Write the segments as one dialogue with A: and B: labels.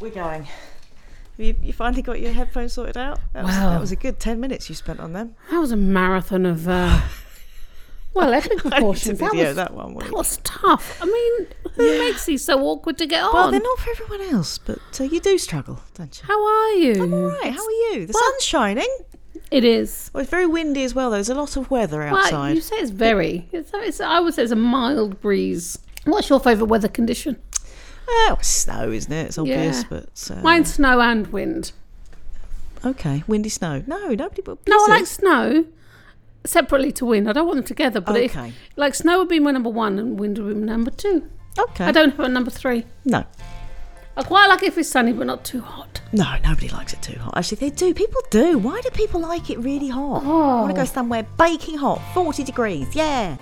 A: we're going. Have You, you finally got your headphones sorted out. That was,
B: Wow.
A: that was a good ten minutes you spent on them.
B: That was a marathon of, uh, well, epic
A: I need to
B: proportions. That
A: video
B: was,
A: that one.
B: that
A: wouldn't
B: was tough. I mean, who makes these so awkward to get on?
A: you? Well, they're not for everyone else, but uh, you do struggle, don't you?
B: How are you?
A: All right. How are you? The
B: Well-
A: sun's shining.
B: It is.
A: Well, it's very windy as well. though. There's a lot of weather
B: Well,
A: outside.
B: you say it's very. It's, it's, I would say it's a mild breeze. What's your favourite weather condition?
A: Oh, it's snow, isn't it? It's obvious,
B: Yeah.
A: but uh,
B: Mine's snow and wind.
A: okay. Windy snow. No, nobody. But
B: No, I like
A: blizzards.
B: snow separately to wind. I don't want them together, but if,
A: Okay.
B: like snow would be my number one and wind would be my number two.
A: Okay.
B: I don't have a number three.
A: No,
B: I quite like it if it's sunny, but not too hot.
A: no, nobody likes it too hot. Actually, they do. People do. Why do people like it really hot?
B: Oh.
A: I want to go somewhere baking hot, forty degrees. Yeah.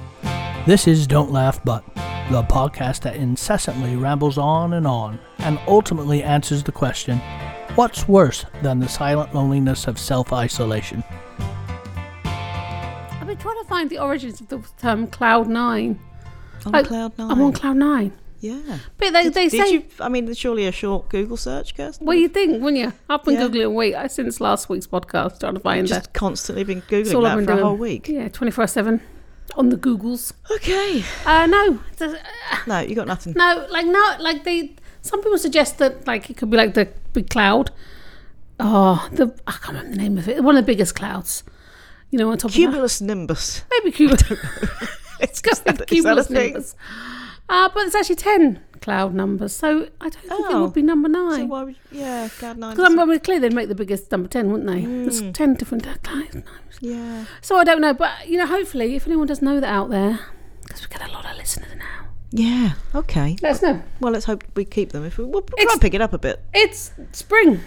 C: This is Don't Laugh But, the podcast that incessantly rambles on and on and ultimately answers the question what's worse than the silent loneliness of self isolation?
B: I've been trying to find the origins of the term cloud nine.
A: On
B: Like,
A: cloud 9
B: Oh, I'm on cloud nine.
A: yeah.
B: But they,
A: Did,
B: they
A: did
B: say,
A: you? I mean, surely a short Google search, Kirsten.
B: what do you think, wouldn't you? I've been
A: Yeah.
B: Googling a week uh, since last week's podcast trying to find that.
A: just constantly been
B: That's
A: googling
B: all I've
A: that
B: been
A: for
B: doing.
A: a whole week.
B: Yeah, 24 7 on the Googles.
A: Okay.
B: Uh, no, the- uh,
A: No, you got nothing.
B: no, like, no, like, they, some people suggest that, like, it could be like the big cloud. Oh, the, I can't remember the name of it. One of the biggest clouds. You know, on top of that.
A: Cumulus nimbus.
B: Maybe Cuba.
A: It's
B: Is that- is that a thing? Uh, but it's actually 10 cloud numbers, so I don't think it
A: Oh.
B: would be number
A: So
B: nine.
A: why would, yeah, cloud nine.
B: Because I'm,
A: is-
B: I'm clear they'd make the biggest number 10, wouldn't they? There's
A: Hmm.
B: 10 different clouds.
A: yeah.
B: So I don't know, but you know, hopefully, if anyone does know that out there, because we get a lot of listeners now,
A: Yeah. Okay.
B: let us know.
A: Well, let's hope we keep them. If we, we'll try
B: It's-
A: and pick it up a bit.
B: It's spring.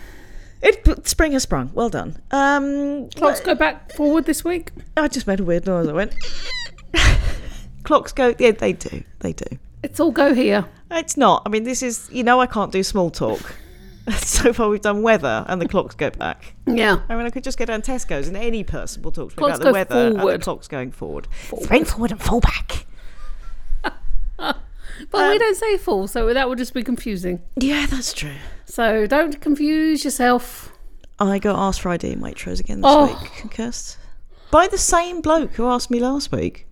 A: It spring has sprung. Well done. Um,
B: Clocks go back forward this week.
A: I just made a weird noise. I went. Clocks go. Yeah, they do. They do.
B: It's all go here.
A: It's not. I mean, this is. You know, I can't do small talk. so far, we've done weather and the clocks go back.
B: Yeah.
A: I mean, I could just go down Tesco's and any person will talk to me
B: Clocks
A: about the
B: go
A: weather and
B: forward.
A: the clocks going forward. Spring forward and fall back.
B: But we
A: Um,
B: don't say fall, so that would just be confusing.
A: Yeah, that's true.
B: So don't confuse yourself.
A: I got asked for ID in Waitrose again this
B: Oh.
A: week. Cursed. By the same bloke who asked me last week.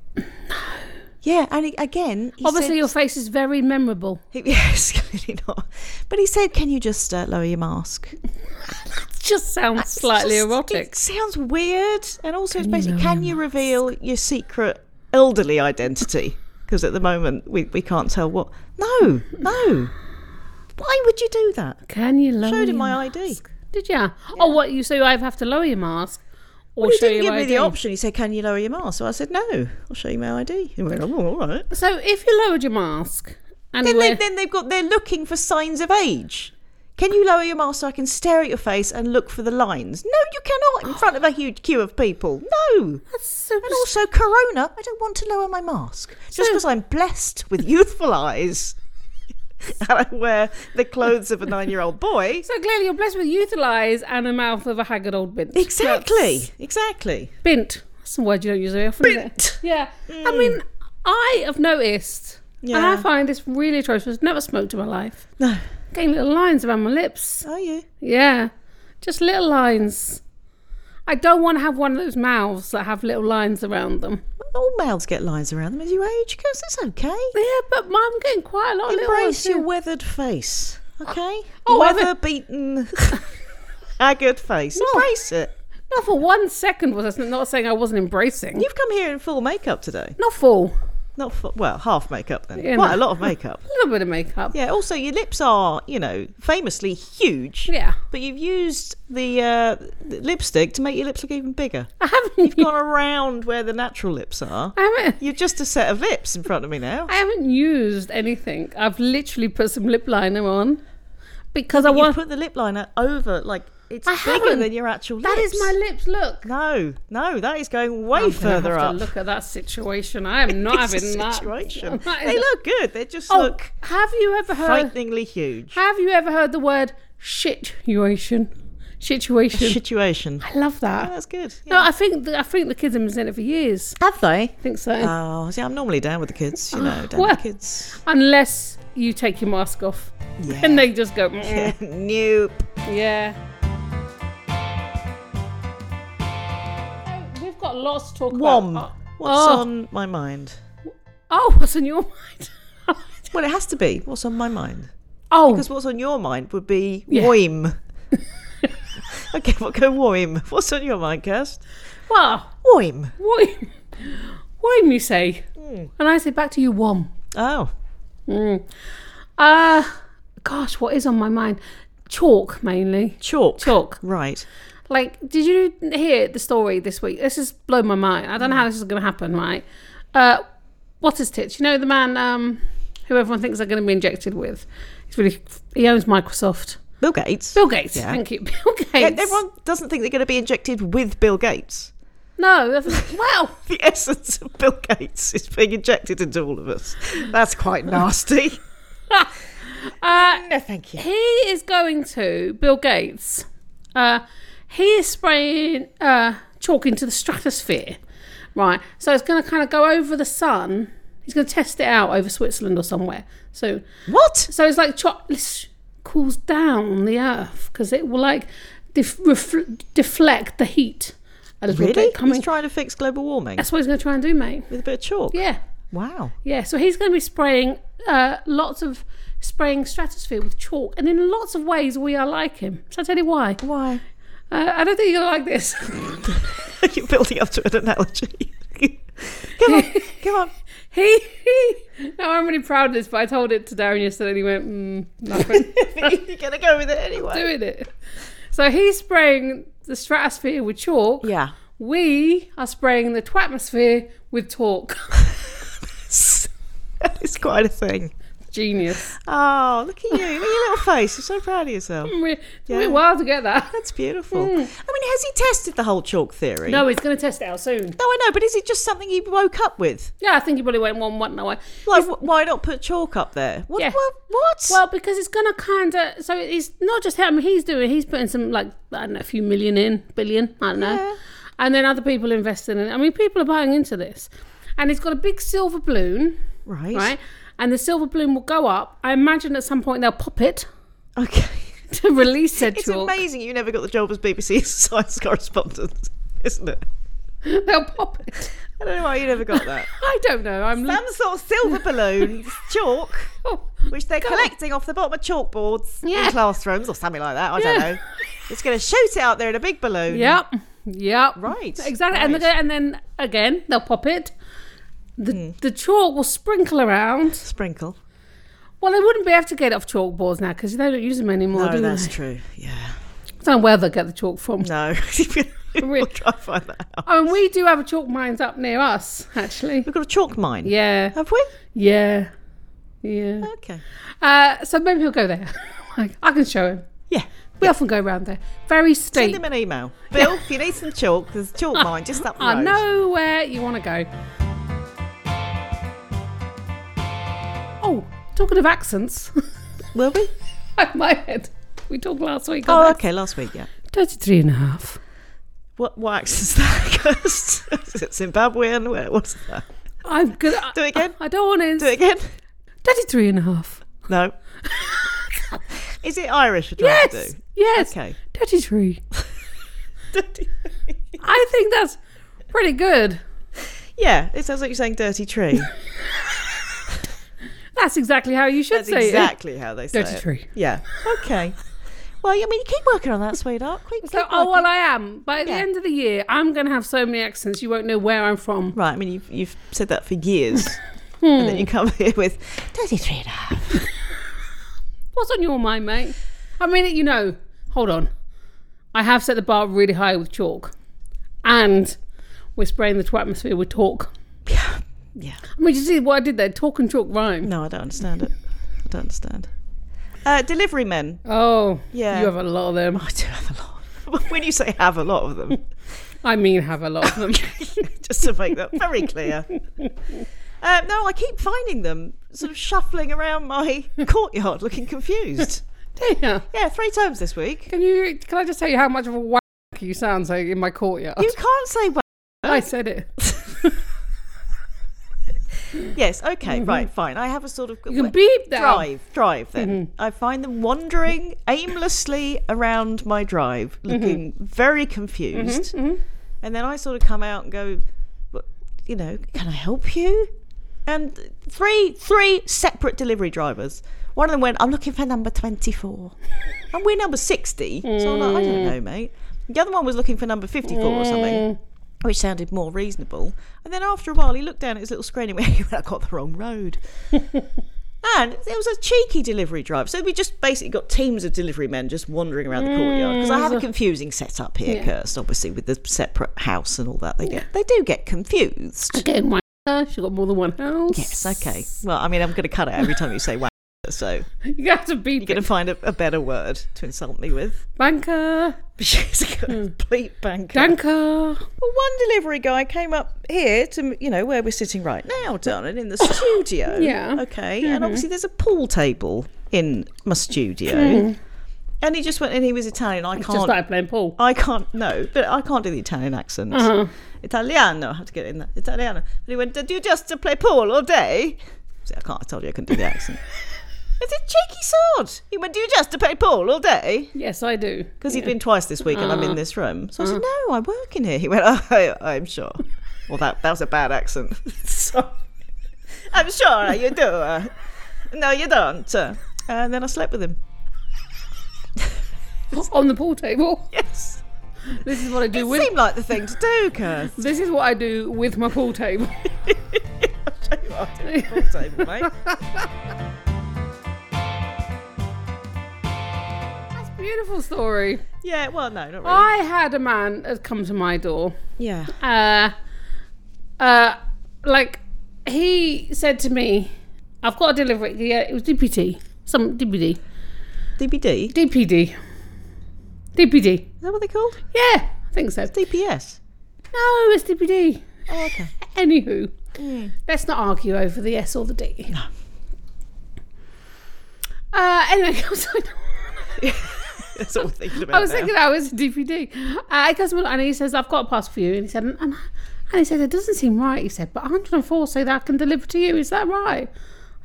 A: Yeah, and he- again, he
B: Obviously,
A: said,
B: your face is very memorable.
A: He- Yes, clearly not. But he said, "Can you just uh, lower your mask?"
B: Just sounds slightly
A: Just-
B: erotic.
A: It sounds weird, and also it's basically, "Can you reveal your secret elderly identity?" Because at the moment we, we can't tell what. No, no. Why would you do that?
B: Can you lower
A: Showed him
B: your
A: my ID.
B: Did ya? Oh, what you say? I have to lower your mask, or
A: Well, he
B: show
A: didn't
B: you
A: give
B: ID.
A: me the option. He said, "Can you lower your mask?" So I said, "No, I'll show you my ID." He went, "Oh, all right."
B: So if you lowered your mask, and
A: Then,
B: you
A: they,
B: were,
A: then they've got they're looking for signs of age. Can you lower your mask so I can stare at your face and look for the lines? No, you cannot in front of a huge queue of people. No.
B: that's so
A: And also, Corona, I don't want to lower my mask just
B: So-
A: because I'm blessed with youthful eyes and I wear the clothes of a nine-year-old boy.
B: so clearly you're blessed with youthful eyes and a mouth of a haggard old bint.
A: Exactly.
B: That's-
A: Exactly.
B: bint. That's a word you don't use very often. is it?
A: Bint. Hmm.
B: Yeah. I mean, I have noticed, and I
A: Yeah.
B: find this really atrocious. Never smoked in my life.
A: No.
B: Getting little lines around my lips.
A: Are you?
B: Yeah, just little lines. I don't want to have one of those mouths that have little lines around them.
A: All males get lines around them as you age, because it's okay.
B: Yeah, but mum, I'm getting quite a lot of little ones
A: Embrace your
B: too.
A: weathered face, okay?
B: Oh, I
A: Weather beaten, haggard face. Embrace it.
B: Not for one second was I not saying I wasn't embracing.
A: You've come here in full makeup today.
B: Not full.
A: Not full, well, half makeup then.
B: Yeah,
A: Quite
B: no.
A: a lot of makeup.
B: A little bit of makeup.
A: Yeah. Also, your lips are, you know, famously huge.
B: Yeah.
A: But you've used the, uh, the lipstick to make your lips look even bigger.
B: I haven't.
A: You've gone around where the natural lips are.
B: I haven't.
A: You're just a set of lips in front of me now.
B: I haven't used anything. I've literally put some lip liner on because I
A: You
B: want.
A: put the lip liner over, like it's
B: I
A: bigger
B: haven't.
A: than your actual lips.
B: That is my lips. Look.
A: No, no, that is going way
B: I'm gonna
A: further
B: have
A: up.
B: To look at that situation. I am not
A: It's a
B: having that
A: situation.
B: I'm not
A: They
B: in-
A: look good. They just
B: Oh,
A: look
B: have you ever heard?
A: frighteningly huge.
B: Have you ever heard the word situation? Situation.
A: Situation.
B: I love
A: Oh,
B: that.
A: that's good.
B: No, I think the, I think the kids have been saying it for years.
A: Have they?
B: I think so.
A: Ah. Oh, see, I'm normally down with the kids. You know, down
B: Well-
A: with the kids.
B: Unless you take your mask off. And they just go, "Mm,
A: nope.
B: yeah. So We've got lots to talk
A: Wom.
B: about.
A: What's
B: Oh.
A: on my mind?
B: Oh, what's on your mind?
A: Well, it has to be. What's on my mind?
B: oh,
A: Because what's on your mind would be
B: Yeah.
A: woim. okay, we'll go woim. What's on your mind, Kirst?
B: well,
A: Woim.
B: what, what did you say? And I say back to you, Wom.
A: Oh,
B: Uh, gosh, what is on my mind? Chalk, mainly.
A: chalk.
B: Chalk.
A: Right.
B: Like, did you hear the story this week? This has blown my mind. I don't know how this is going to happen, right? Uh, what is Titch? You know the man um, who everyone thinks they're going to be injected with. He's really he owns Microsoft.
A: Bill Gates.
B: Bill Gates.
A: Yeah.
B: Thank you, Bill Gates.
A: Yeah, Everyone doesn't think they're going to be injected with Bill Gates.
B: No, that's- wow.
A: The essence of Bill Gates is being injected into all of us. That's quite nasty.
B: Uh,
A: no, thank you.
B: he is going to Bill Gates. Uh, he is spraying uh, chalk into the stratosphere, right? So it's going to kind of go over the sun. He's going to test it out over Switzerland or somewhere. So,
A: What?
B: so it's like chalk this cools down the Earth because it will like def- refl- deflect the heat a little
A: Really?
B: bit coming.
A: He's trying to fix global warming
B: That's what he's going to try and do, mate.
A: with a bit of chalk.
B: Yeah.
A: Wow.
B: Yeah, so he's going to be spraying uh, lots of spraying stratosphere with chalk, and in lots of ways we are like him. So I tell you why.
A: Why?
B: Uh, I don't think you're going to like this.
A: You're building up to an analogy. come on, come on.
B: he, he. No, I'm really proud of this, but I told it to Darren yesterday, and he went, mm, nothing.
A: You're gonna go with it anyway.
B: doing it. So he's spraying the stratosphere with chalk.
A: Yeah.
B: We are spraying the twatmosphere with talk.
A: it's quite a thing.
B: Genius.
A: Oh, look at you. Look at your little face. You're so proud of yourself.
B: It took me
A: Yeah.
B: a while to get that.
A: That's beautiful. I mean, has he tested the whole chalk theory?
B: Mm. No, he's going to test it out soon.
A: No, I know, but is it just something he woke up with?
B: Yeah, I think he probably went one, one, no way.
A: Like, wh- why not put chalk up there? What?
B: Yeah.
A: What? what?
B: Well, because it's gonna kind of so it's not just him. He's doing. He's putting some like I don't know, a few million in, billion. I don't know.
A: Yeah.
B: And then other people investing in. it. I mean, people are buying into this, and it's got a big silver balloon,
A: right.
B: right? And the silver balloon will go up. I imagine at some point they'll pop it
A: Okay.
B: to release said
A: It's
B: chalk.
A: amazing you never got the job as BBC science correspondent, isn't it?
B: they'll pop it.
A: I don't know why you never got that.
B: I don't know. I'm
A: Some sort of silver balloon, chalk,
B: oh,
A: which they're
B: God.
A: collecting off the bottom of chalkboards
B: Yeah.
A: in classrooms or something like that. I
B: Yeah.
A: don't know. It's going to shoot it out there in a big balloon.
B: Yep. Yep.
A: Right,
B: Exactly. And,
A: right. Hmm.
B: the, and then again, they'll pop it. The, the chalk will sprinkle around.
A: Sprinkle.
B: Well, they wouldn't be able to get it off chalkboards now because they don't use them anymore,
A: No,
B: do
A: that's
B: they?
A: true. Yeah.
B: I don't know where they get the chalk from.
A: No. we'll try and find that out.
B: Oh, and we do have a chalk mines up near us, actually.
A: We've got a chalk mine.
B: Yeah,
A: Have we?
B: yeah, yeah.
A: Okay.
B: Uh, so maybe he'll go there. like, I can show him.
A: Yeah.
B: We often go around there. Very
A: Send
B: steep.
A: them an email. Bill, if you need some chalk, there's a chalk mine just up the road.
B: Oh, I know where Ah, you want to go. Oh, talking of accents,
A: Will we?
B: in my head. We talked last week.
A: Oh,
B: Oh,
A: okay. Last week, yeah.
B: 33 and a half.
A: What wax is that? 'Cause is it Zimbabwean? Where- What's that?
B: I'm gonna
A: Do it again.
B: I don't want to.
A: Do it again.
B: 33 and a half.
A: No. Is it Irish? You're trying
B: Yes.
A: To do?
B: Yes.
A: Okay.
B: 33. I think that's pretty good.
A: Yeah, it sounds like you're saying dirty tree.
B: That's exactly how you should
A: That's
B: say
A: exactly how they say
B: it. 33.
A: it. Yeah. Okay. Well, I mean, you keep working on that, sweetheart. Keep, keep
B: So, oh, well,
A: working.
B: I am. By the
A: Yeah.
B: end of the year, I'm going to have so many accents, you won't know where I'm from.
A: Right, I mean, you've, you've said that for years. and
B: Hmm.
A: then you come here with dirty tree and a half."
B: What's on your mind, mate? I mean, you know, hold on. I have set the bar really high with chalk. And we're spraying the atmosphere with talk.
A: Yeah. Yeah.
B: I mean, you see what I did there? Talk and chalk rhyme.
A: No, I don't understand it. I don't understand. Uh, delivery men.
B: Oh,
A: Yeah.
B: You have a lot of them.
A: I do have a lot. when you say have a lot of them,
B: I mean, have a lot of them.
A: just to make that very clear. Uh, no, I keep finding them sort of shuffling around my courtyard looking confused.
B: yeah.
A: Yeah, three times this week.
B: Can you? Can I just tell you how much of a wank you sound so in my courtyard?
A: You can't say
B: I said it.
A: Yes, okay, right, fine. I have a sort of
B: Mm-hmm. You can beep that. Mm-hmm.
A: drive, drive then. I find them wandering aimlessly around my drive,
B: Mm-hmm.
A: looking very confused. And then I sort of come out and go, "But, you know, can I help you? And three, three separate delivery drivers. One of them went, I'm looking for number 24. and we're number 60. So I'm like, I don't know, mate. The other one was looking for number 54 or something, which sounded more reasonable. And then after a while, he looked down at his little screen and went, I got the wrong road. And it was a cheeky delivery drive. So we just basically got teams of delivery men just wandering around the courtyard. Because I have a confusing setup here, Kirst, obviously, with the separate house and all that. They, get, they do get confused.
B: Getting one house. She got more than one house.
A: Yes, okay. Well, I mean, I'm going to cut it every time you say wow. So
B: You got to beep
A: going
B: it.
A: to find a, a better word to insult me with.
B: Banker,
A: She's a
B: Hmm.
A: complete banker.
B: danker.
A: Well, one delivery guy came up here to, you know, where we're sitting right now, darling, in the studio.
B: Yeah. Mm-hmm.
A: Okay. And obviously, there's a pool table in my studio. And he just went, and he was Italian. I
B: Hmm. Just
A: can't, Oh.
B: started playing Paul.
A: I can't, no, but I can't do the Italian accent.
B: Uh-huh.
A: Italiano, I have to get in that. Italiano. But he went, Did you just play pool all day? See, I can't, I told you I couldn't do the accent. It's a cheeky sod. He went, Do you just play pool all day?
B: Yes, I do.
A: because he'd been twice this week and
B: Uh-huh.
A: I'm in this room. So I said, "No, I work in here." He went, "Oh, I, I'm sure." Well, that that was a bad accent. so, I'm sure you do. Uh, no, you don't. Uh, and then I slept with him.
B: On the pool table.
A: Yes,
B: This is what I do
A: it
B: with.
A: seemed like the thing to do, Kirst.
B: This is what I do with my pool table.
A: I'll show you what I do at the pool table, mate.
B: That's a beautiful story.
A: Yeah, well, no, not really.
B: I had a man that come to my door.
A: Yeah,
B: Uh, uh, like he said to me, "I've got a delivery." Yeah, it was DPD. Some DPD.
A: DBD. Is
B: DPD. DPD.
A: that what they called?
B: Yeah, I think so.
A: DPS.
B: No, it's DPD.
A: Oh, okay.
B: Anywho, let's not argue over the S or the D. Mm. No. Uh, anyway, I was like,
A: That's all I'm thinking about
B: I was
A: now.
B: thinking that was DPD. Uh, he comes along and he says, "I've got a parcel for you." And he said, "And, and he said it doesn't seem right." He said, "But 104 say that I can deliver to you. Is that right?" I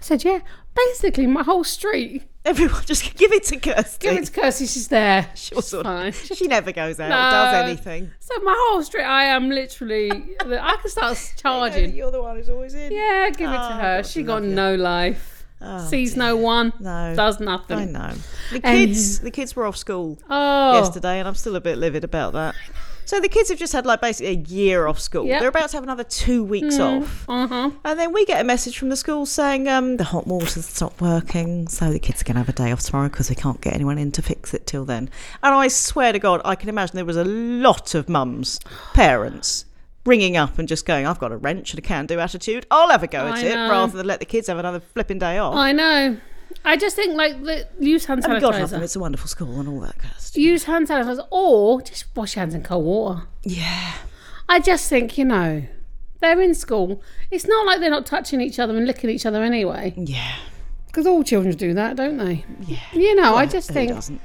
B: said, "Yeah." Basically, my whole street.
A: Everyone, just give it to Kirsty.
B: Give it to Kirsty. She's there.
A: She'll sort
B: fine.
A: of- She never goes out or does
B: No.
A: anything.
B: So my whole street, I am literally. I can start charging.
A: You're the one who's always in.
B: Yeah, give it to
A: Oh,
B: her.
A: God,
B: She
A: I
B: got
A: love you.
B: no life.
A: Oh,
B: Sees no one.
A: No.
B: Does
A: I
B: nothing.
A: know. The
B: And-
A: kids, the kids were off school
B: Oh.
A: yesterday, and I'm still a bit livid about that. So the kids have just had like basically a year off school.
B: Yep.
A: They're about to have another two weeks off,
B: Uh huh.
A: and then we get a message from the school saying um, the hot water's stopped working, so the kids are going to have a day off tomorrow because we can't get anyone in to fix it till then. And I swear to God, I can imagine there was a lot of mums, parents. Ringing up and just going, I've got a wrench and a can do attitude. I'll have a go at
B: I
A: it
B: know.
A: rather than let the kids have another flipping day off.
B: I know. I just think like the, use hand
A: And God love them,
B: sanitizer.
A: it's a wonderful school and all that cursed.
B: use hand sanitizer or just wash your hands in cold water.
A: Yeah.
B: I just think you know they're in school. It's not like they're not touching each other and licking each other anyway.
A: Yeah.
B: Because all children do that, don't they? Yeah. You know, I just
A: Who
B: think.
A: doesn't?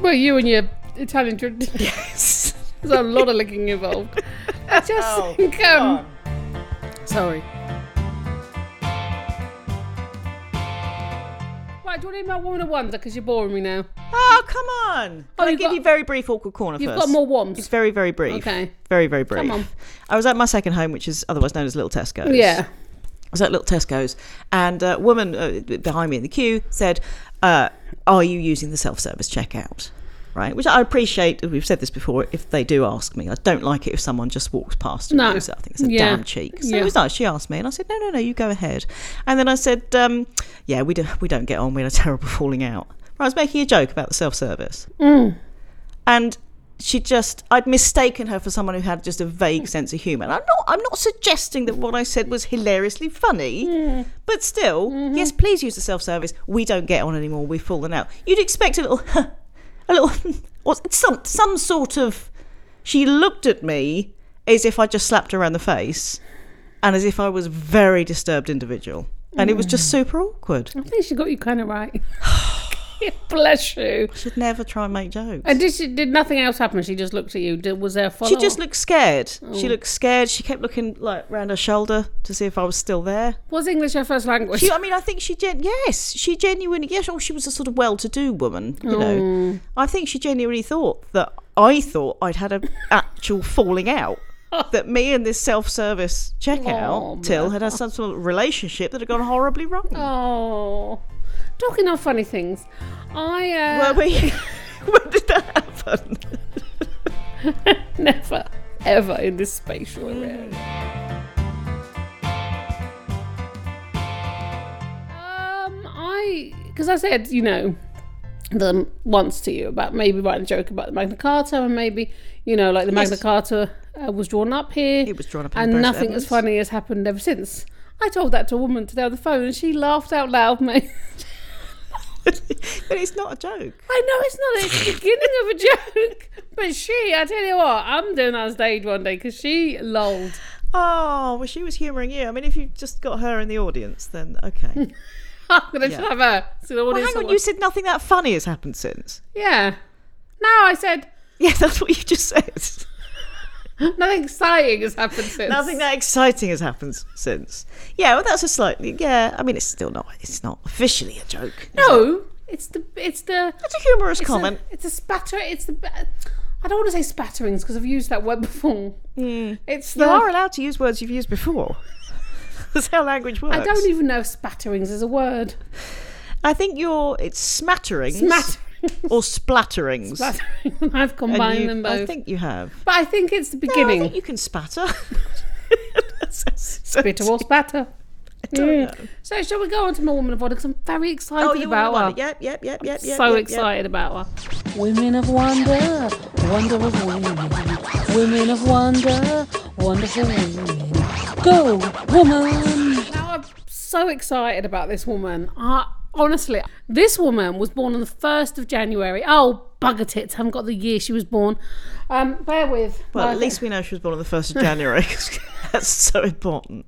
B: Well, you and your Italian tradition.
A: Yes.
B: There's a lot of licking involved. I just
A: Oh,
B: think. Um, sorry. Right, do you want to email Woman of Wonder? Because you're boring me now.
A: Oh, come on. Can
B: Oh,
A: I
B: you've
A: give
B: got-
A: you very brief awkward corner
B: You've
A: first?
B: got more wombs.
A: It's very, very brief.
B: Okay.
A: Very, very brief.
B: on.
A: I was at my second home, which is otherwise known as Little Tesco's.
B: Yeah.
A: I was at Little Tesco's, and a woman uh, behind me in the queue said, uh, "Are you using the self-service checkout?" Right, which I appreciate. We've said this before. If they do ask me, I don't like it if someone just walks past and
B: No.
A: goes. I think it's a
B: Yeah.
A: damn cheek. So
B: Yeah.
A: it was nice. She asked me, and I said, "No, no, no, you go ahead." And then I said, um, "Yeah, we do, we don't get on. We had a terrible falling out." I was making a joke about the self-service, and she just I'd mistaken her for someone who had just a vague sense of humour. And I'm not I'm not suggesting that what I said was hilariously funny, but still, yes, please use the self service. We don't get on anymore. We've fallen out. You'd expect a little, a little, or some some sort of. She looked at me as if I just slapped her around the face, and as if I was a
B: Oh,
A: very disturbed individual. And it was just super awkward.
B: I think she got you kind of right. Bless you.
A: Should never try and make jokes.
B: And did she, did nothing else happen? She just looked at you. Did, was there a follow?
A: she just looked scared.
B: Oh.
A: She looked scared. She kept looking like round her shoulder to see if I was still there.
B: was English her first language.
A: She, I mean, I think she gen- yes, she genuinely yes. Oh, she was a sort of well-to-do woman, you
B: Oh.
A: know. I think she genuinely thought that I thought I'd had an actual falling out. That me and this self-service
B: Oh,
A: checkout till had had some sort of relationship that had gone horribly wrong.
B: oh, talking of funny things, I uh,
A: Were we? when did that happen?
B: never ever in this spatial
A: Mm.
B: area. Um, I because I said you know them once to you about maybe writing a joke about the Magna Carta and maybe you know like the Magna
A: Yes.
B: Carta uh, was drawn up here.
A: It was drawn up in
B: and
A: Brexit
B: nothing as
A: evidence.
B: funny has happened ever since. I told that to a woman today on the phone, and she laughed out loud, mate.
A: but it's not a joke.
B: I know it's not. It's the beginning of a joke. But she, I tell you what, I'm doing that on stage one day because she lolled.
A: Oh, well, she was humouring you. I mean, if you've just got her in the audience, then okay. well,
B: I'm gonna
A: Yeah.
B: just have her. So the audience
A: hang on,
B: will-
A: you said nothing that funny has happened since.
B: yeah. No, I said
A: Yeah, that's what you just said.
B: nothing exciting has happened since.
A: Nothing that exciting has happened since. Yeah, well, that's a slightly. Yeah, I mean, it's still not. It's not officially a joke.
B: No, it's the it's the
A: it's a humorous
B: it's
A: comment.
B: A, it's a spatter. It's the. I don't want to say spatterings because I've used that word before. It's the.
A: Hmm. you are allowed to use words you've used before. that's how language works.
B: I don't even know if spatterings is a word.
A: e-, I think you're. It's smatterings
B: Smatterings.
A: or splatterings.
B: Splattering. I've
A: And
B: combined
A: you-
B: them both.
A: I think you have.
B: but I think it's the
A: No, I
B: beginning.
A: think you can spatter.
B: Bitter or spatter.
A: don't know.
B: So shall we go on to my woman of order? Because I'm very excited
A: Oh, you
B: about
A: were
B: her.
A: one. Yep, yep, yep, yep, yep.
B: so
A: yep,
B: excited about her.
D: Women of wonder, wonderful women. Women of wonder, wonderful women. Go, woman!
B: Now I'm so excited about this woman. I, honestly, this woman was born on the first of January. Oh, bugger tits! haven't got the year she was born. Um, bear with.
A: Well,
B: Right.
A: at least we know she was born on the 1st of January 'cause that's so important.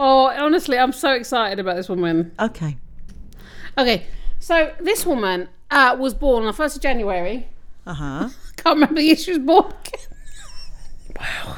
B: Oh, honestly, I'm so excited about this woman.
A: Okay.
B: Okay, so this woman uh, was born on the first of January.
A: Uh huh.
B: Can't remember the year she was born.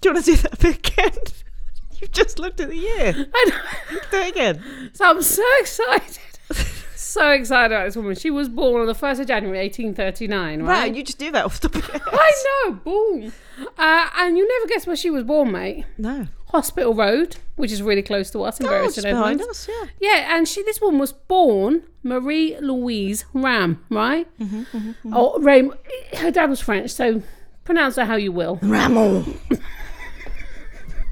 A: Do you want to do that bit again? You've just looked at the year.
B: I know.
A: Do it again.
B: So I'm so excited. so excited about this woman. She was born on the 1st of January 1839, right?
A: Wow, you just do that off the top of your head.
B: I know, boom. Uh, and you never guess where she was born, mate.
A: No.
B: Hospital Road, which is really close to us in
A: Oh,
B: Barrington
A: just behind us,
B: Edmonds.
A: yeah.
B: Yeah, and she this woman was born Marie Louise Ram, right?
A: Mm-hmm,
B: Oh, Ram. Her dad was French, so pronounce it how you will.
A: Ramon.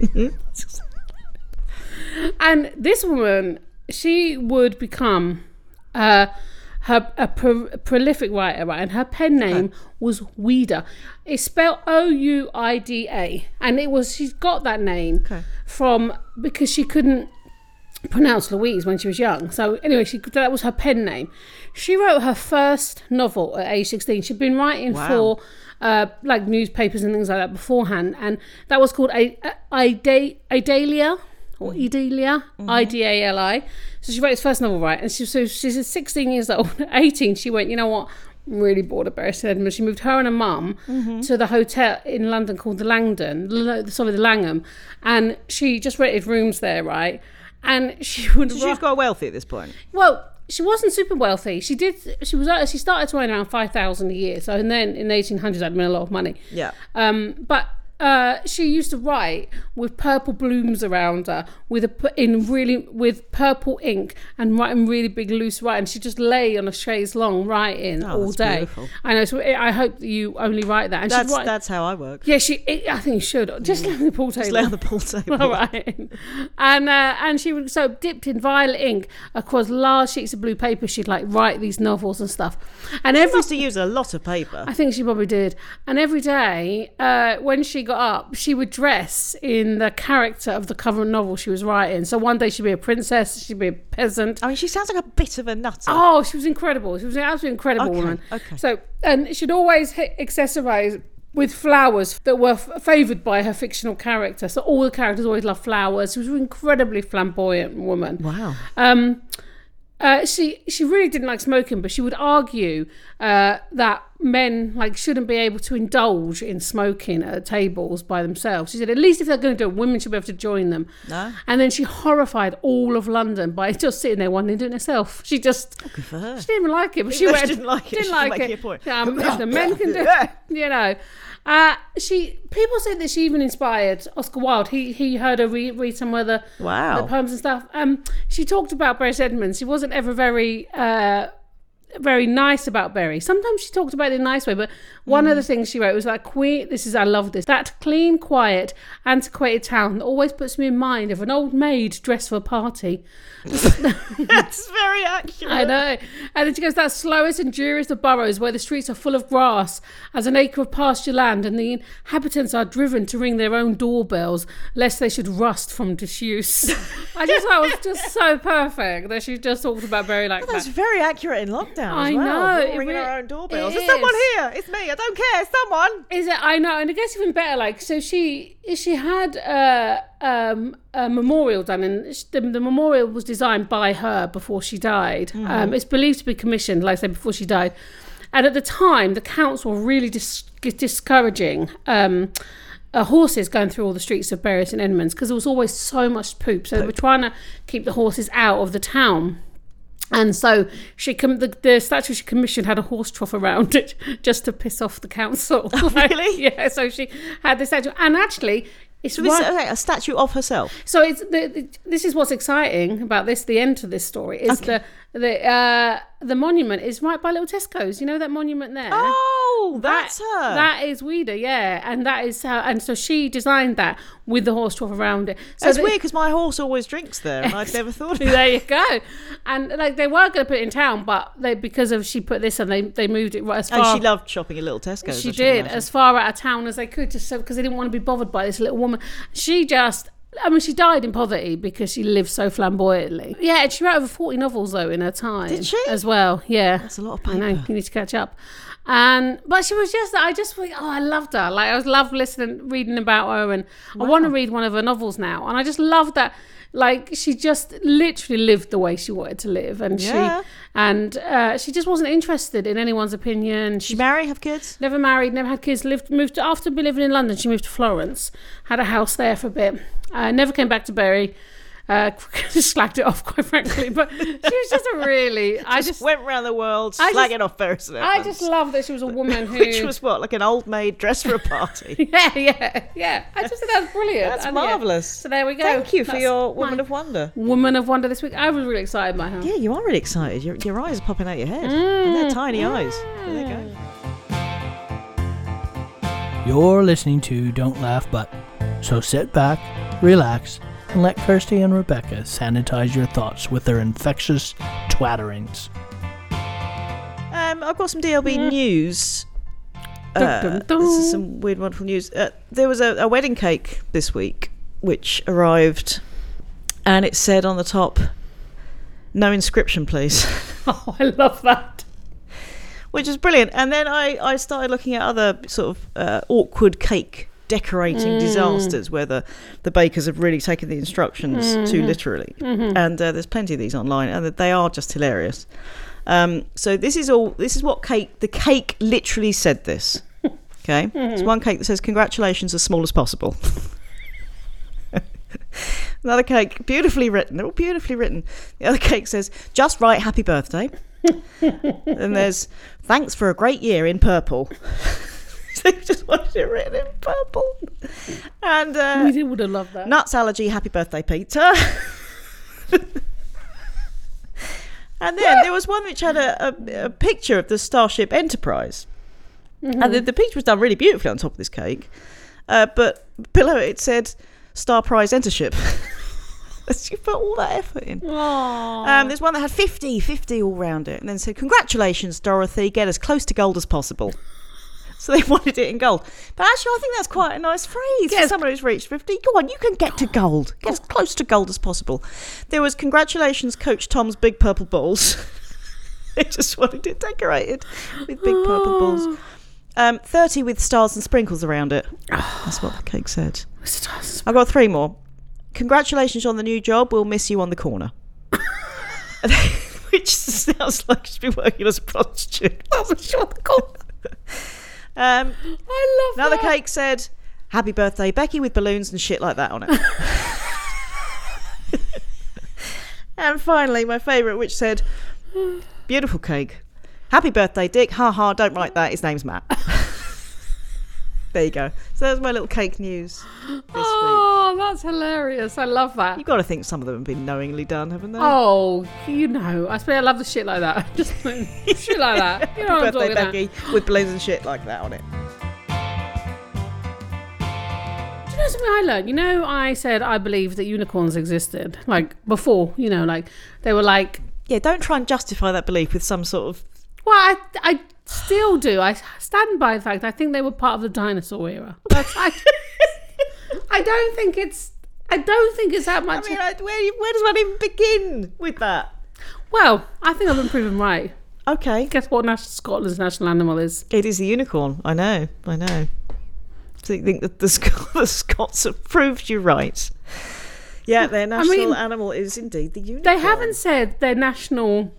B: And this woman, she would become uh, her a pro- prolific writer, right? And her pen name was Ouida. It's spelled O U I D A, and it was she's got that name
A: Okay.
B: from because she couldn't pronounce Louise when she was young. So anyway, she that was her pen name. She wrote her first novel at age sixteen. She'd been writing
A: Wow.
B: for uh, like newspapers and things like that beforehand, and that was called I- I- Ida- Idalia or Idalia, I D A L I. So she wrote this first novel, right? And she, so she's at 16 years old. At 18, she went, you know what? I'm really bored of Barristan Edinburgh. She moved her and her mum to the hotel in London called the Langdon, L- sorry, the Langham, and she just rented rooms there, right? And she would.
A: So
B: ri-
A: she's got wealthy at this point.
B: well, she wasn't super wealthy. She did. She was. She started to earn around five thousand a year. So and then in the eighteen hundreds, that'd been a lot of money.
A: Yeah.
B: Um, but uh, she used to write with purple blooms around her, with a pu- in really with purple ink and writing really big loose writing. She just lay on a chaise long writing all
A: Oh, that's
B: day.
A: beautiful.
B: I know. So I I hope that you only write that. And she'd
A: That's
B: write-
A: that's how I work.
B: Yeah, she. I think you should just lay on the pool table.
A: Just lay on the pool table.
B: All right. And uh, and she would so dipped in violet ink across large sheets of blue paper. She'd like write these novels and stuff. And
A: She
B: every
A: must have used a lot of paper.
B: I think she probably did. And every day, uh, when she got up, she would dress in the character of the current novel she was writing. So one day she'd be a princess, she'd be a peasant,
A: I mean, she sounds like a bit of a nutter.
B: Oh, she was incredible. She was an absolutely incredible
A: Okay,
B: woman.
A: okay.
B: So, and she'd always h- accessorize with flowers that were f- favoured by her fictional character. So all the characters always loved flowers. She was an incredibly flamboyant woman.
A: Wow.
B: Um, uh, she she really didn't like smoking, but she would argue uh, that men like shouldn't be able to indulge in smoking at tables by themselves. She said at least if they're going to do it, women should be able to join them.
A: No.
B: And then she horrified all of London by just sitting there one day doing it herself. She just
A: Good for her.
B: she didn't even like it, but
A: she
B: she, went,
A: didn't like it,
B: Didn't
A: she
B: like
A: making
B: it.
A: a point.
B: Um, if the men can do, you know. Uh, she people said that she even inspired Oscar Wilde. He he heard her read, read some of the
A: Wow.
B: the poems and stuff. Um, she talked about Grace Edmonds. She wasn't ever very uh, very nice about Berry. Sometimes she talked about it in a nice way, but one of the things she wrote was like, "Queen, this is I love this that clean, quiet, antiquated town that always puts me in mind of an old maid dressed for a party."
A: That's very accurate.
B: I know. And then she goes, That slowest and dreariest of boroughs where the streets are full of grass, as an acre of pasture land, and the inhabitants are driven to ring their own doorbells lest they should rust from disuse. I just thought it was just so perfect that she just talked about very like
A: That's
B: that.
A: very accurate in lockdown.
B: I
A: as well.
B: know,
A: We're
B: it
A: all ringing
B: really-
A: our own doorbells.
B: it
A: There's someone
B: is.
A: here. It's me. I don't care. Someone.
B: Is it? I know, and I guess even better. Like, so she she had a, um, a memorial done, and sh the, the memorial was designed by her before she died. Um, it's believed to be commissioned, like I said, before she died. And at the time, the council were really dis- discouraging um, uh, horses going through all the streets of Berwick and Edmonds because there was always so much poop. So they were trying to keep the horses out of the town. And so she com- the, the statue she commissioned had a horse trough around it just to piss off the council.
A: Oh, really?
B: yeah. So she had this statue, and actually, it's
A: This uh,
B: one-
A: is okay, a statue of herself.
B: so it's the, the, this is what's exciting about this. The end to this story is the the uh, the monument is right by Little Tesco's. You know that monument there.
A: Oh,
B: That-
A: that's her.
B: That is Weeder, yeah, and that is her. And so she designed that with the horse trough around it. So
A: It's
B: that-
A: weird because my horse always drinks there, and I'd never thought of that.
B: there you go. And like they were going to put it in town, but they because of she put this and they they moved it right as far.
A: And Oh, she loved shopping at Little Tesco.
B: She did as far out of town as they could, just so because they didn't want to be bothered by this little woman. She just. I mean, she died in poverty because she lived so flamboyantly. Yeah, and she wrote over 40 novels, though, in her time.
A: Did she?
B: As well, yeah.
A: That's a lot of
B: I know,
A: paper.
B: you need to catch up. And But she was just, I just, think, oh, I loved her. Like, I was loved listening, reading about her, and I want to read one of her novels now. And I just love that, like, she just literally lived the way she wanted to live. And
A: Yeah.
B: she, and uh, she just wasn't interested in anyone's opinion. She
A: Did she marry, have kids?
B: Never married, never had kids. Lived, moved after living in London. She moved to Florence, had a house there for a bit. Uh, never came back to Bury. Uh, just slagged it off, quite frankly. But she was just a really. I just,
A: Went round the world
B: I just-
A: slagging off Ferris and
B: I
A: Edmonds,
B: just love that she was a woman who.
A: Which was what, like an old maid dressed for a party?
B: Yeah, yeah, yeah. I just think that's brilliant.
A: That's
B: And yeah.
A: marvellous.
B: So there we go.
A: Thank you for
B: That's
A: your Woman
B: my
A: of Wonder.
B: Woman of Wonder this week. I was really excited by her.
A: Yeah, you are really excited. Your, your eyes are popping out your head. And
B: Mm,
A: they're tiny eyes. There they go.
C: You're listening to Don't Laugh But. So sit back, relax, and let Kirsty and Rebecca sanitize your thoughts with their infectious twatterings.
A: Um, I've got some DLB news.
B: Mm. Dun,
A: Uh,
B: dun, dun.
A: This is some weird, wonderful news. Uh, there was a, a wedding cake this week which arrived, and it said on the top, "No inscription, please,"
B: Oh, I love that.
A: which is brilliant. And then I, I started looking at other sort of uh, awkward cake
B: Mm.
A: decorating disasters where the, the bakers have really taken the instructions
B: Mm-hmm.
A: too literally. And uh, there's plenty of these online, and they are just hilarious. Um, so this is all. This is what cake. The cake literally said this. Okay, it's one cake that says "Congratulations, as small as possible." Another cake, beautifully written. They're all beautifully written. The other cake says, "Just right, happy birthday." and there's, "Thanks for a great year in purple." so you just wanted it written in purple. And uh,
B: We would have loved that.
A: Nuts allergy, happy birthday, Peter. and then there was one which had a, a, a picture of the Starship Enterprise. And the, the picture was done really beautifully on top of this cake. Uh, but below it, it said Star Prize Entership. you put all that effort in.
B: Aw.
A: Um, there's one that had 50, 50 all round it, and then said, Congratulations, Dorothy, get as close to gold as possible. So they wanted it in gold. But actually, I think that's quite a nice phrase for someone who's reached 50. Go on, you can get to gold. Get as close to gold as possible. There was, Congratulations, Coach Tom's big purple balls. they just wanted it decorated with big purple balls. Um, 30 with stars and sprinkles around it. That's what the cake said. I've got three more. Congratulations on the new job. We'll miss you on the corner. which sounds like she's been working as a prostitute.
B: That was what called.
A: Um,
B: I love
A: another
B: that.
A: cake said, "Happy birthday, Becky," with balloons and shit like that on it. and finally, my favourite, which said, "Beautiful cake, happy birthday, Dick." Ha ha! Don't write that. His name's Matt. there you go. So that was my little cake news this week.
B: Oh, that's hilarious. I love that.
A: You've got to think some of them have been knowingly done, haven't they?
B: Oh, you know, I swear I love the shit like that. Just like, shit like that. You know
A: Happy
B: what I'm
A: birthday,
B: talking about.
A: Becky, with balloons and shit like that on it.
B: Do you know something I learned? You know, I said I believe that unicorns existed, like before. You know, like they were like.
A: Yeah, don't try and justify that belief with some sort of.
B: Well, I, I still do. I stand by the fact I think they were part of the dinosaur era. That's, I, I don't think it's. I don't think it's that much.
A: I mean, I, where, where does one even begin with that?
B: well, I think I've been proven right.
A: Okay,
B: Guess what? Nas- Scotland's national animal is
A: it is the unicorn. I know, I know. So you think that the, Sc- the Scots have proved you right? Yeah, their national
B: mean,
A: animal is indeed the unicorn.
B: They haven't said their national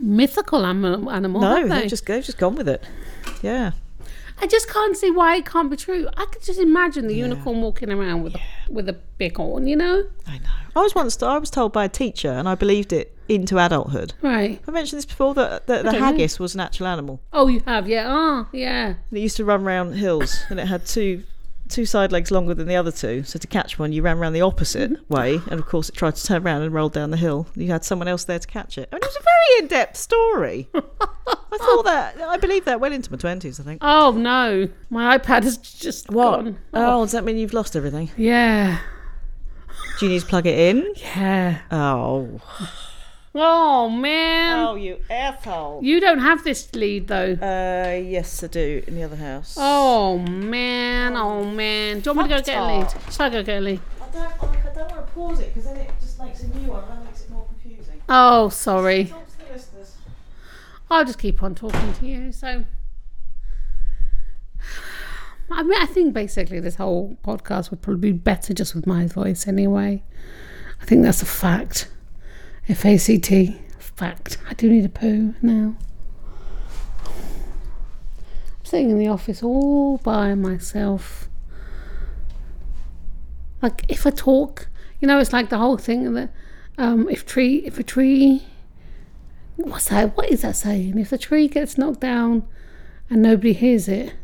B: mythical animal. animal
A: No,
B: have they?
A: they've just they've just gone with it. Yeah,
B: I just can't see why it can't be true. I could just imagine the unicorn walking around with a with a big horn, you know?
A: I know. I was once I was told by a teacher, and I believed it into adulthood.
B: Right.
A: I mentioned this before that, that the
B: don't know.
A: haggis was an actual animal.
B: Oh, you have, yeah. Ah, yeah.
A: And it used to run round hills, and it had two two side legs longer than the other two. So to catch one, you ran round the
B: Mm-hmm.
A: opposite way, and of course it tried to turn around and rolled down the hill. You had someone else there to catch it. I mean, it was a very in depth story. I thought that I believed that well into my twenties. I think.
B: Oh no, my iPad is just gone.
A: Oh, does that mean you've lost everything?
B: Yeah,
A: Do you need to plug it in?
B: yeah.
A: Oh.
B: Oh man,
A: you asshole.
B: you don't have this lead though.
A: Uh, yes, I do. In the other house.
B: Oh man, oh man. Do you want me to go get a lead? Shall I go get a lead?
A: I don't. I don't want to pause it because then it just makes a new one. That makes it more confusing.
B: Oh, sorry.
A: Talk to the listeners.
B: I'll just keep on talking to you. So, I mean, I think basically this whole podcast would probably be better just with my voice anyway. I think that's a fact. F A C T. Fact. I do need a poo now. I'm sitting in the office all by myself. Like, if I talk, you know, it's like the whole thing that um, if tree, if a tree what's that? What is that saying? If the tree gets knocked down and nobody hears it,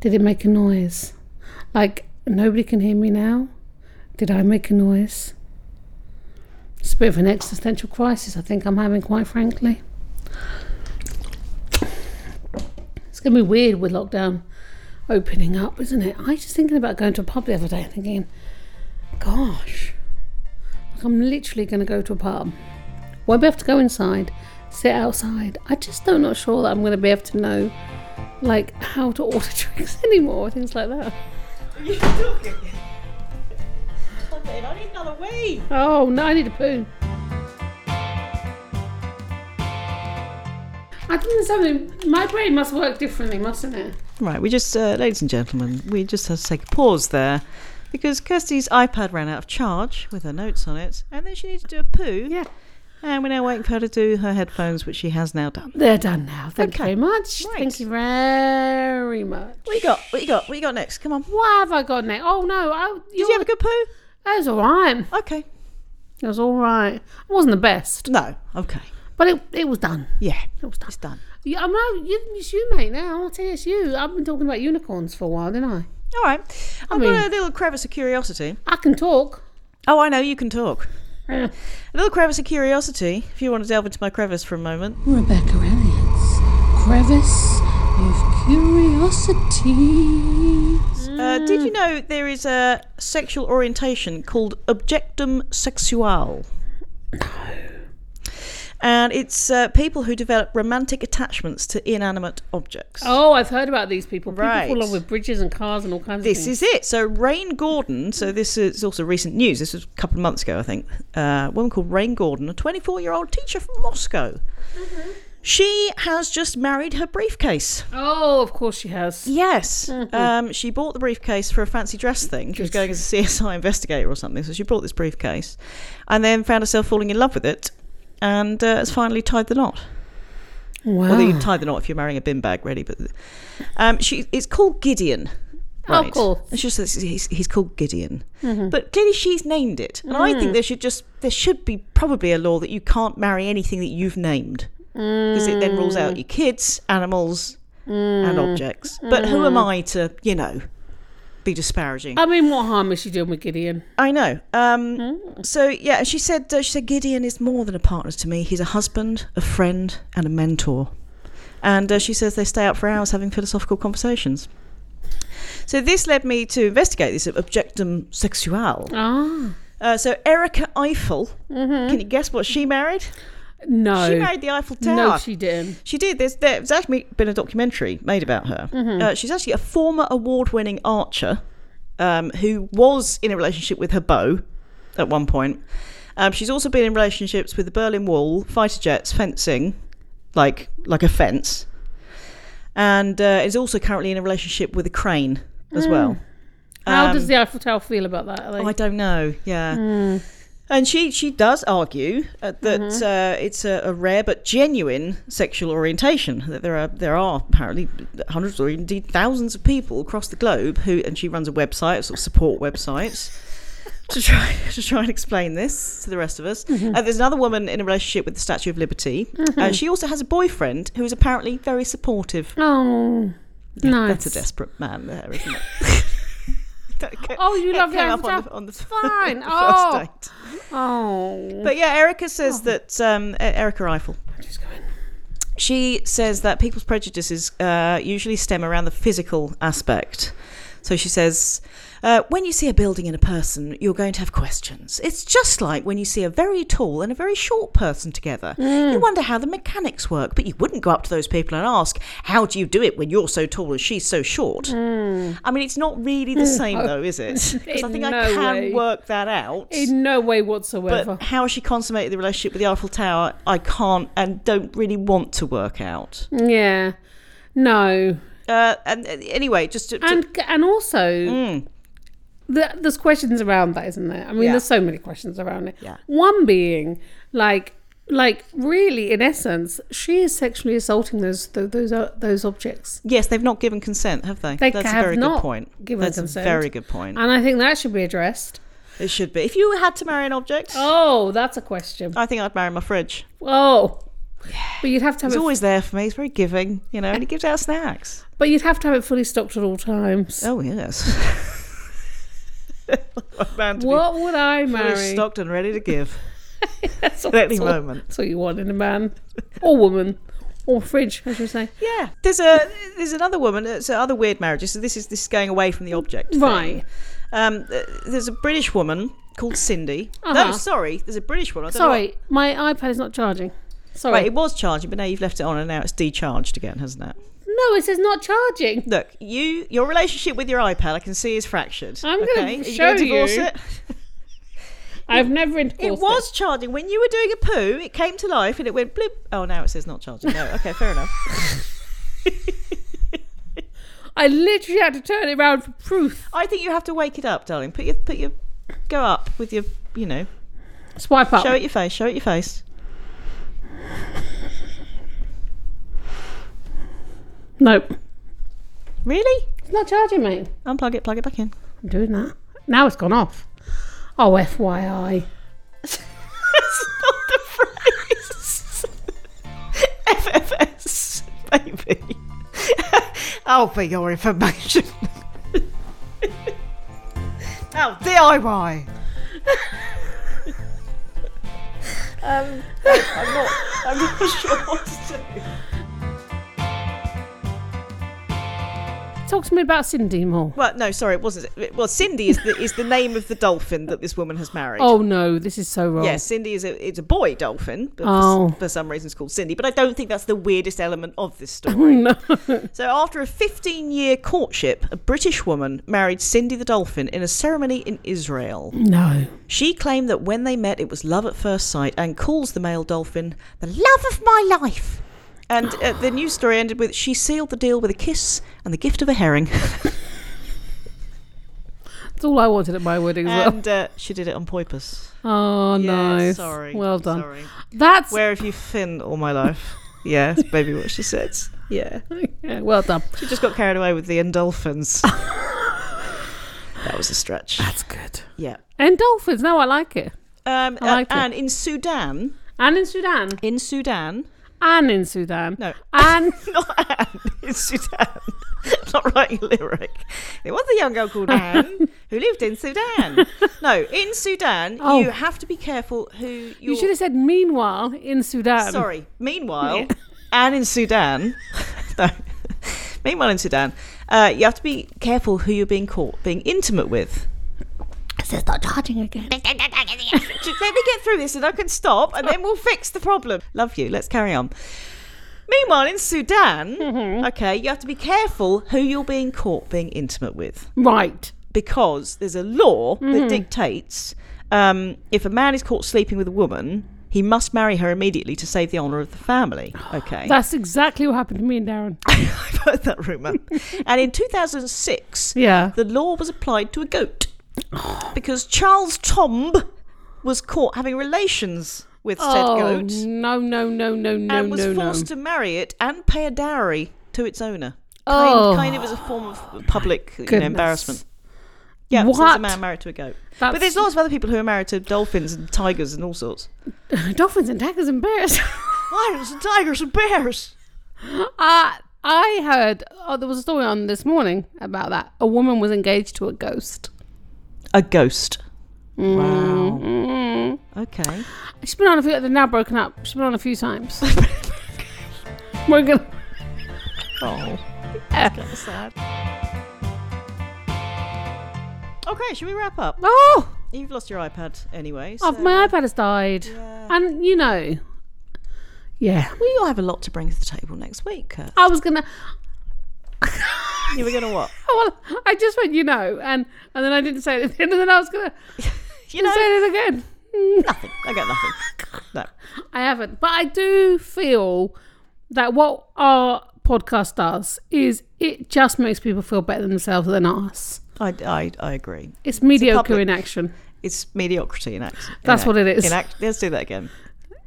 B: did it make a noise? Like nobody can hear me now. Did I make a noise? It's a bit of an existential crisis I think I'm having, quite frankly. It's gonna be weird with lockdown opening up, isn't it? I was just thinking about going to a pub the other day and thinking, gosh, like I'm literally gonna go to a pub won't be able to go inside, sit outside. I just don't not sure that I'm going to be able to know like how to order drinks anymore, things like that.
A: Are you talking? Plug it in. I need another wee.
B: Oh no, I need a poo. I think there's something. My brain must work differently, mustn't it?
A: Right, we just, uh, ladies and gentlemen, we just had to take a pause there because Kirsty's iPad ran out of charge with her notes on it, and then she needed to do a poo.
B: Yeah.
A: And we're now waiting for her to do her headphones, which she has now done.
B: They're done now. Thank
A: Okay.
B: you very much.
A: Right.
B: Thank you very much.
A: What you got? What you got? What you got next? Come on. Did
B: What have I got now? Oh no! I,
A: you have a good poo?
B: That was all right.
A: Okay.
B: It was all right. It wasn't the best,
A: No. Okay.
B: but it it was done.
A: Yeah.
B: It was done.
A: It's done.
B: Yeah, I'm not, you, it's you, mate. Now I'll tell you, it's you. I've been talking about unicorns for a while, didn't I?
A: All right. I've
B: mean-
A: got a little crevice of curiosity.
B: I can talk.
A: Oh, I know you can talk.
B: Yeah.
A: A little crevice of curiosity. If you want to delve into my crevice for a moment.
D: Rebecca Elliott's crevice of curiosity.
A: Uh, did you know there is a sexual orientation called objectum sexual? And it's uh, people who develop romantic attachments to inanimate objects.
B: Oh, I've heard about these people. People
A: Right.
B: fall in love with bridges and cars and all kinds of
A: This
B: things.
A: is it. So, Rain Gordon, so this is also recent news. This was a couple of months ago, I think. Uh, a woman called Rain Gordon, a 24 year old teacher from Moscow. She has just married her briefcase.
B: oh, of course she has.
A: Yes.
B: Mm-hmm.
A: Um, she bought the briefcase for a fancy dress thing. She was going as a CSI investigator or something, so she bought this briefcase and then found herself falling in love with it and uh, has finally tied the knot.
B: Wow.
A: Well, you tie the knot if you're marrying a bin bag, really. But um, she, it's called Gideon.
B: Oh, of course. Mm-hmm.
A: It's just that he's, he's called Gideon, but clearly she's named it, and I
B: Mm.
A: think there should just there should be probably a law that you can't marry anything that you've named because it then rules
B: Mm.
A: out your kids, animals, and objects. But who am I to you know be disparaging?
B: I mean, what harm is she doing with Gideon?
A: I know. Um, So yeah, she said uh, she said Gideon is more than a partner to me. He's a husband, a friend, and a mentor. And uh, she says they stay out for hours having philosophical conversations. So this led me to investigate this objectum sexual.
B: Ah,
A: Uh, so Erica Eiffel, can you guess what she married?
B: no,
A: She married the Eiffel Tower.
B: Oh, no, she didn't.
A: She did. There's, there's actually been a documentary made about her.
B: Mm-hmm.
A: Uh, she's actually a former award winning archer um, who was in a relationship with her beau at one point. Um, she's also been in relationships with the Berlin Wall, fighter jets, fencing, like like a fence, and uh, is also currently in a relationship with a crane as well.
B: Mm.
A: Um,
B: How does the Eiffel Tower feel about that? Are they-
A: Oh, I don't know. Yeah. And she, she does argue uh, that uh, it's a, a rare but genuine sexual orientation. That there are there are apparently hundreds or indeed thousands of people across the globe who, and she runs a website, a sort of support website, to try to try and explain this to the rest of us. Uh, there's another woman in a relationship with the Statue of Liberty. Uh, she also has a boyfriend who is apparently very supportive.
B: oh, nice.
A: That's a desperate man, there, isn't it? Don't get-
B: Oh, you
A: get
B: love the
A: hung
B: Eiffel
A: up on
B: Tower.
A: the, on the
B: Fine.
A: the
B: Oh.
A: first date.
B: Oh,
A: But yeah, Erica says that um, E- Erica Eiffel.
B: just go in.
A: She says that people's prejudices uh, usually stem around the physical aspect. So she says, uh, when you see a building and a person, you're going to have questions. It's just like when you see a very tall and a very short person together.
B: Mm.
A: You wonder how the mechanics work, but you wouldn't go up to those people and ask, how do you do it when you're so tall and she's so short? I mean, it's not really the same, though, is it? 'Cause I
B: Mm. In
A: think I
B: no
A: can
B: way.
A: work that out.
B: in no way
A: But
B: whatsoever.
A: how she consummated the relationship with the Eiffel Tower, I can't and don't really want to work out.
B: yeah, no,
A: Uh, and uh, anyway, just to, to-
B: and and also. the- there's questions around that, isn't there? I mean,
A: Mm. Yeah.
B: there's so many questions around it.
A: Yeah.
B: One being, like, like really, in essence, she is sexually assaulting those those those, uh, those objects.
A: yes, they've not given consent, have they?
B: They
A: That's
B: have
A: a very
B: not
A: good point.
B: given
A: That's
B: consent.
A: a very good point.
B: And I think that should be addressed.
A: it should be. If you had to marry an object,
B: Oh, that's a question.
A: I think I'd marry my fridge.
B: Oh, but you'd have to have
A: It's
B: it,
A: always there for me. It's very giving, you know, and it gives out snacks.
B: but you'd have to have it fully stocked at all times.
A: Oh yes. A man to
B: what would I
A: be fully
B: marry?
A: stocked and ready to give
B: That's all,
A: at any
B: that's all-
A: moment.
B: that's all you want in a man or woman or fridge, as you say.
A: Yeah, there's a there's another woman. uh, So other weird marriages. So this is this is going away from the object.
B: Right.
A: Um, th- there's a British woman called Cindy.
B: Uh-huh.
A: No, sorry, there's a British one. I don't know
B: Sorry, my iPad is not charging.
A: what-
B: Sorry.
A: Wait, it was charging, but now you've left it on, and now it's decharged again, hasn't it?
B: No, it says not charging.
A: Look, you, your relationship with your iPad, I can see, is fractured.
B: I'm gonna
A: okay? Are
B: show
A: you. gonna divorce
B: you.
A: it?
B: I've never
A: It
B: enforced
A: was charging when you were doing a poo. It came to life, and it went blip. Oh, now it says not charging. No, okay, fair enough.
B: I literally had to turn it around for proof.
A: I think you have to wake it up, darling. Put your put your go up with your you know
B: Swipe up.
A: show it your face. Show it your face.
B: Nope.
A: Really?
B: It's not charging me.
A: Unplug it. Plug it back in.
B: I'm doing that. Now it's gone off. Oh, FYI.
A: That's not the phrase. FFS, baby. oh, for your information. oh, DIY. um, I'm not. I'm not sure what to do.
B: Talk to me about Cindy more.
A: Well, no, sorry, it wasn't. Well, Cindy is the is the name of the dolphin that this woman has married.
B: Oh no, this is so wrong.
A: Yeah, Cindy is a it's a boy dolphin, but
B: Oh.
A: for, for some reason it's called Cindy. But I don't think that's the weirdest element of this story.
B: No.
A: so after a 15-year courtship, a British woman married Cindy the dolphin in a ceremony in Israel.
B: No.
A: She claimed that when they met, it was love at first sight, and calls the male dolphin the love of my life. And uh, the news story ended with she sealed the deal with a kiss and the gift of a herring.
B: That's all I wanted at my wedding. as well.
A: And uh, she did it on purpose.
B: Oh,
A: Yeah,
B: nice.
A: Sorry.
B: Well done.
A: Sorry.
B: That's
A: Where have you been all my life? yeah, it's baby what she said. Yeah.
B: yeah, well done.
A: She just got carried away with the endolphins. that was a stretch.
C: That's good.
A: Yeah.
B: And dolphins. No, I like it.
A: Um,
B: I liked it.
A: and in Sudan,
B: And in Sudan.
A: in Sudan,
B: And in Sudan.
A: No.
B: And
A: not Anne, in Sudan. not writing a lyric. There was a young girl called Anne who lived in Sudan. No, in Sudan,
B: Oh.
A: you have to be careful who
B: you should have said meanwhile in Sudan.
A: Sorry. Meanwhile, and in Sudan, no. Meanwhile, in Sudan, uh, you have to be careful who you're being caught being intimate with. Just Let me get through this, and I can stop, and then we'll fix the problem. Love you. Let's carry on. Meanwhile, in Sudan, okay, you have to be careful who you're being caught being intimate with
B: Right.
A: because there's a law
B: Mm-hmm.
A: that dictates um, if a man is caught sleeping with a woman, he must marry her immediately to save the honour of the family. Okay.
B: That's exactly what happened to me and Darren.
A: I've heard that rumour. and in 2006,
B: Yeah.
A: the law was applied to a goat because Charles Tomb was caught having relations with
B: oh,
A: said goat
B: no, no, no, no, no,
A: and was
B: no, no.
A: forced to marry it and pay a dowry to its owner.
B: Oh.
A: Kind, kind of as a form of public you know,
B: Goodness.
A: embarrassment. Yeah, so it's a
B: What?
A: man married to a goat.
B: That's-
A: But there's lots of other people who are married to dolphins and tigers and all sorts.
B: Dolphins and tigers and bears.
A: Lions and tigers and bears.
B: Uh, I heard oh, there was a story on this morning about that. A woman was engaged to a ghost.
A: A ghost. Wow. Okay.
B: She's been on a few. They're now broken up. She's been on a few times. We're gonna.
A: Oh. That's sad. Okay, should we wrap up?
B: Oh,
A: You've lost your iPad anyway. So
B: oh, my iPad has died, and you know, yeah.
A: we all have a lot to bring to the table next week. Kurt.
B: I was gonna.
A: You were going to what?
B: Oh, well, I just went, you know, and and then I didn't say anything, and then I was gonna
A: You know,
B: say it again.
A: nothing. I got nothing. No.
B: I haven't, but I do feel that what our podcast does is it just makes people feel better themselves than us.
A: I, I, I agree.
B: It's mediocre
A: public-
B: in action.
A: It's mediocrity in action.
B: That's what it is.
A: In act- let's do that again.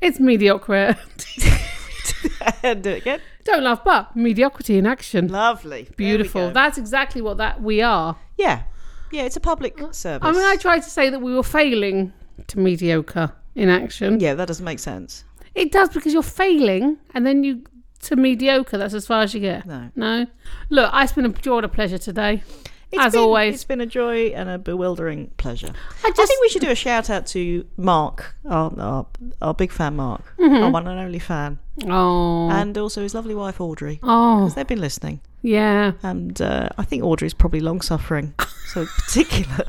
B: It's mediocre.
A: do it again.
B: Don't laugh, but mediocrity in action.
A: Lovely. There we
B: Beautiful.
A: go.
B: That's exactly what that we are.
A: yeah. Yeah, it's a public service.
B: I mean, I tried to say that we were failing to mediocre in action.
A: yeah, that doesn't make sense.
B: It does because you're failing, and then you to mediocre. That's as far as you get.
A: No.
B: No. Look, it's been a joy and a pleasure today.
A: It's
B: as
A: been-
B: always,
A: it's been a joy and a bewildering pleasure.
B: I
A: I
B: just
A: think we should do a shout out to Mark, our our, our big fan Mark,
B: Mm-hmm.
A: our one and only fan,
B: oh
A: and also his lovely wife Audrey.
B: oh
A: They've been listening,
B: yeah.
A: and uh, I think Audrey's probably long suffering. So particular.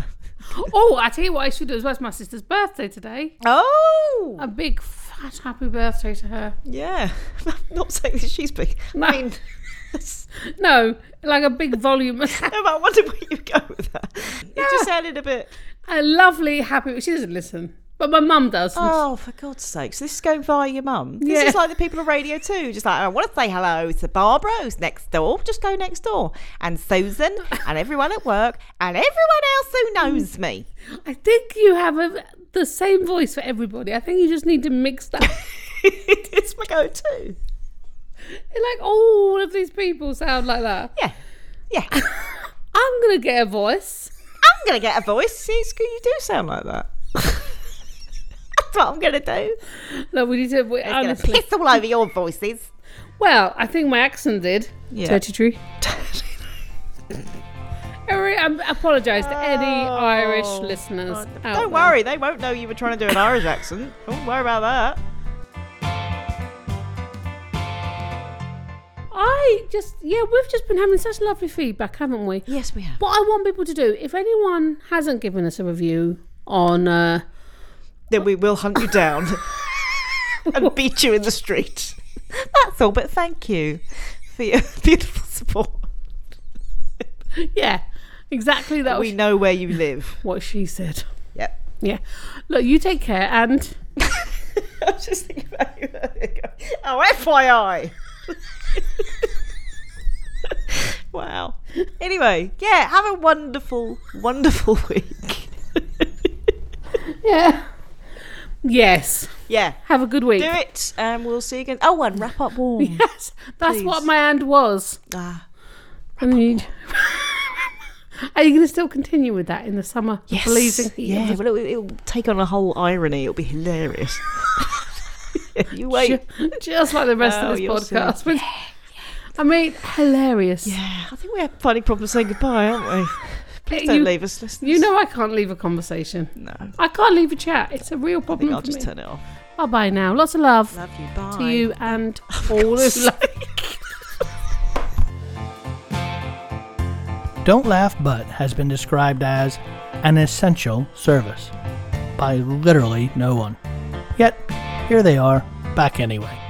B: Oh, I tell you what, I should do as well. It's my sister's birthday today.
A: oh,
B: A big fat happy birthday to her.
A: yeah. I'm not saying that she's big.
B: No.
A: I mean,
B: No, like a big volume.
A: no, but I wonder where you go with that. It just sounded a bit.
B: a lovely happy. She doesn't listen, but my mum does.
A: Oh, for God's sake! So this is going via your mum. This
B: Yeah.
A: is like the people of Radio Two, just like I want to say hello to Barbara who's next door. Just go next door, and Susan, and everyone at work, and everyone else who knows me.
B: I think you have a, the same voice for everybody. I think you just need to mix that.
A: it's my go-to.
B: like all of these people sound like that.
A: Yeah, yeah. I'm
B: I'm gonna get a voice.
A: gonna get a voice. See, it's good. You do sound like that. That's what I'm gonna do.
B: No, we need to. We,
A: I'm gonna
B: honestly,
A: piss all over your voices.
B: well, I think my accent did.
A: Yeah.
B: Dirty tree. Every- I apologise to any Irish listeners.
A: Don't
B: out there.
A: worry, they won't know you were trying to do an Irish accent. Don't worry about that.
B: I just, yeah, we've just been having such lovely feedback, haven't we?
A: Yes, we have.
B: What I want people to do, if anyone hasn't given us a review on uh,
A: then we will hunt you down and beat you in the street. That's all, but thank you for your beautiful support.
B: Yeah, exactly that.
A: We
B: was
A: know where you live.
B: what she said.
A: Yep.
B: Yeah. Look, you take care and
A: I was just thinking about you. earlier. Oh, FYI. Wow. Anyway, yeah, have a wonderful, wonderful week.
B: Yeah. Yes.
A: yeah,
B: Have a good week.
A: do it, and we'll see you again. Oh, and wrap up warm.
B: Yes. That's what my hand was.
A: Ah,
B: I mean, Are you going to still continue with that in the summer?
A: yes.
B: Blazing heat of
A: yeah, well, it'll, it'll take on a whole irony. It'll be hilarious. you wait.
B: Ju- just like the rest
A: Oh,
B: of this
A: you'll see.
B: podcast. Which, I mean, hilarious.
A: Yeah, I think we're finding problems saying goodbye, aren't we? Please
B: Yeah,
A: don't
B: you-
A: leave us, listeners.
B: You know, I can't leave a conversation.
A: No, I
B: I can't leave a chat. It's a real problem.
A: think I'll
B: for
A: just
B: me.
A: turn it off.
B: Bye bye now. Lots of love
A: Love you. Bye. Oh
B: to you and all who love.
C: Don't Laugh But has been described as an essential service by literally no one. Yet, here they are, back anyway.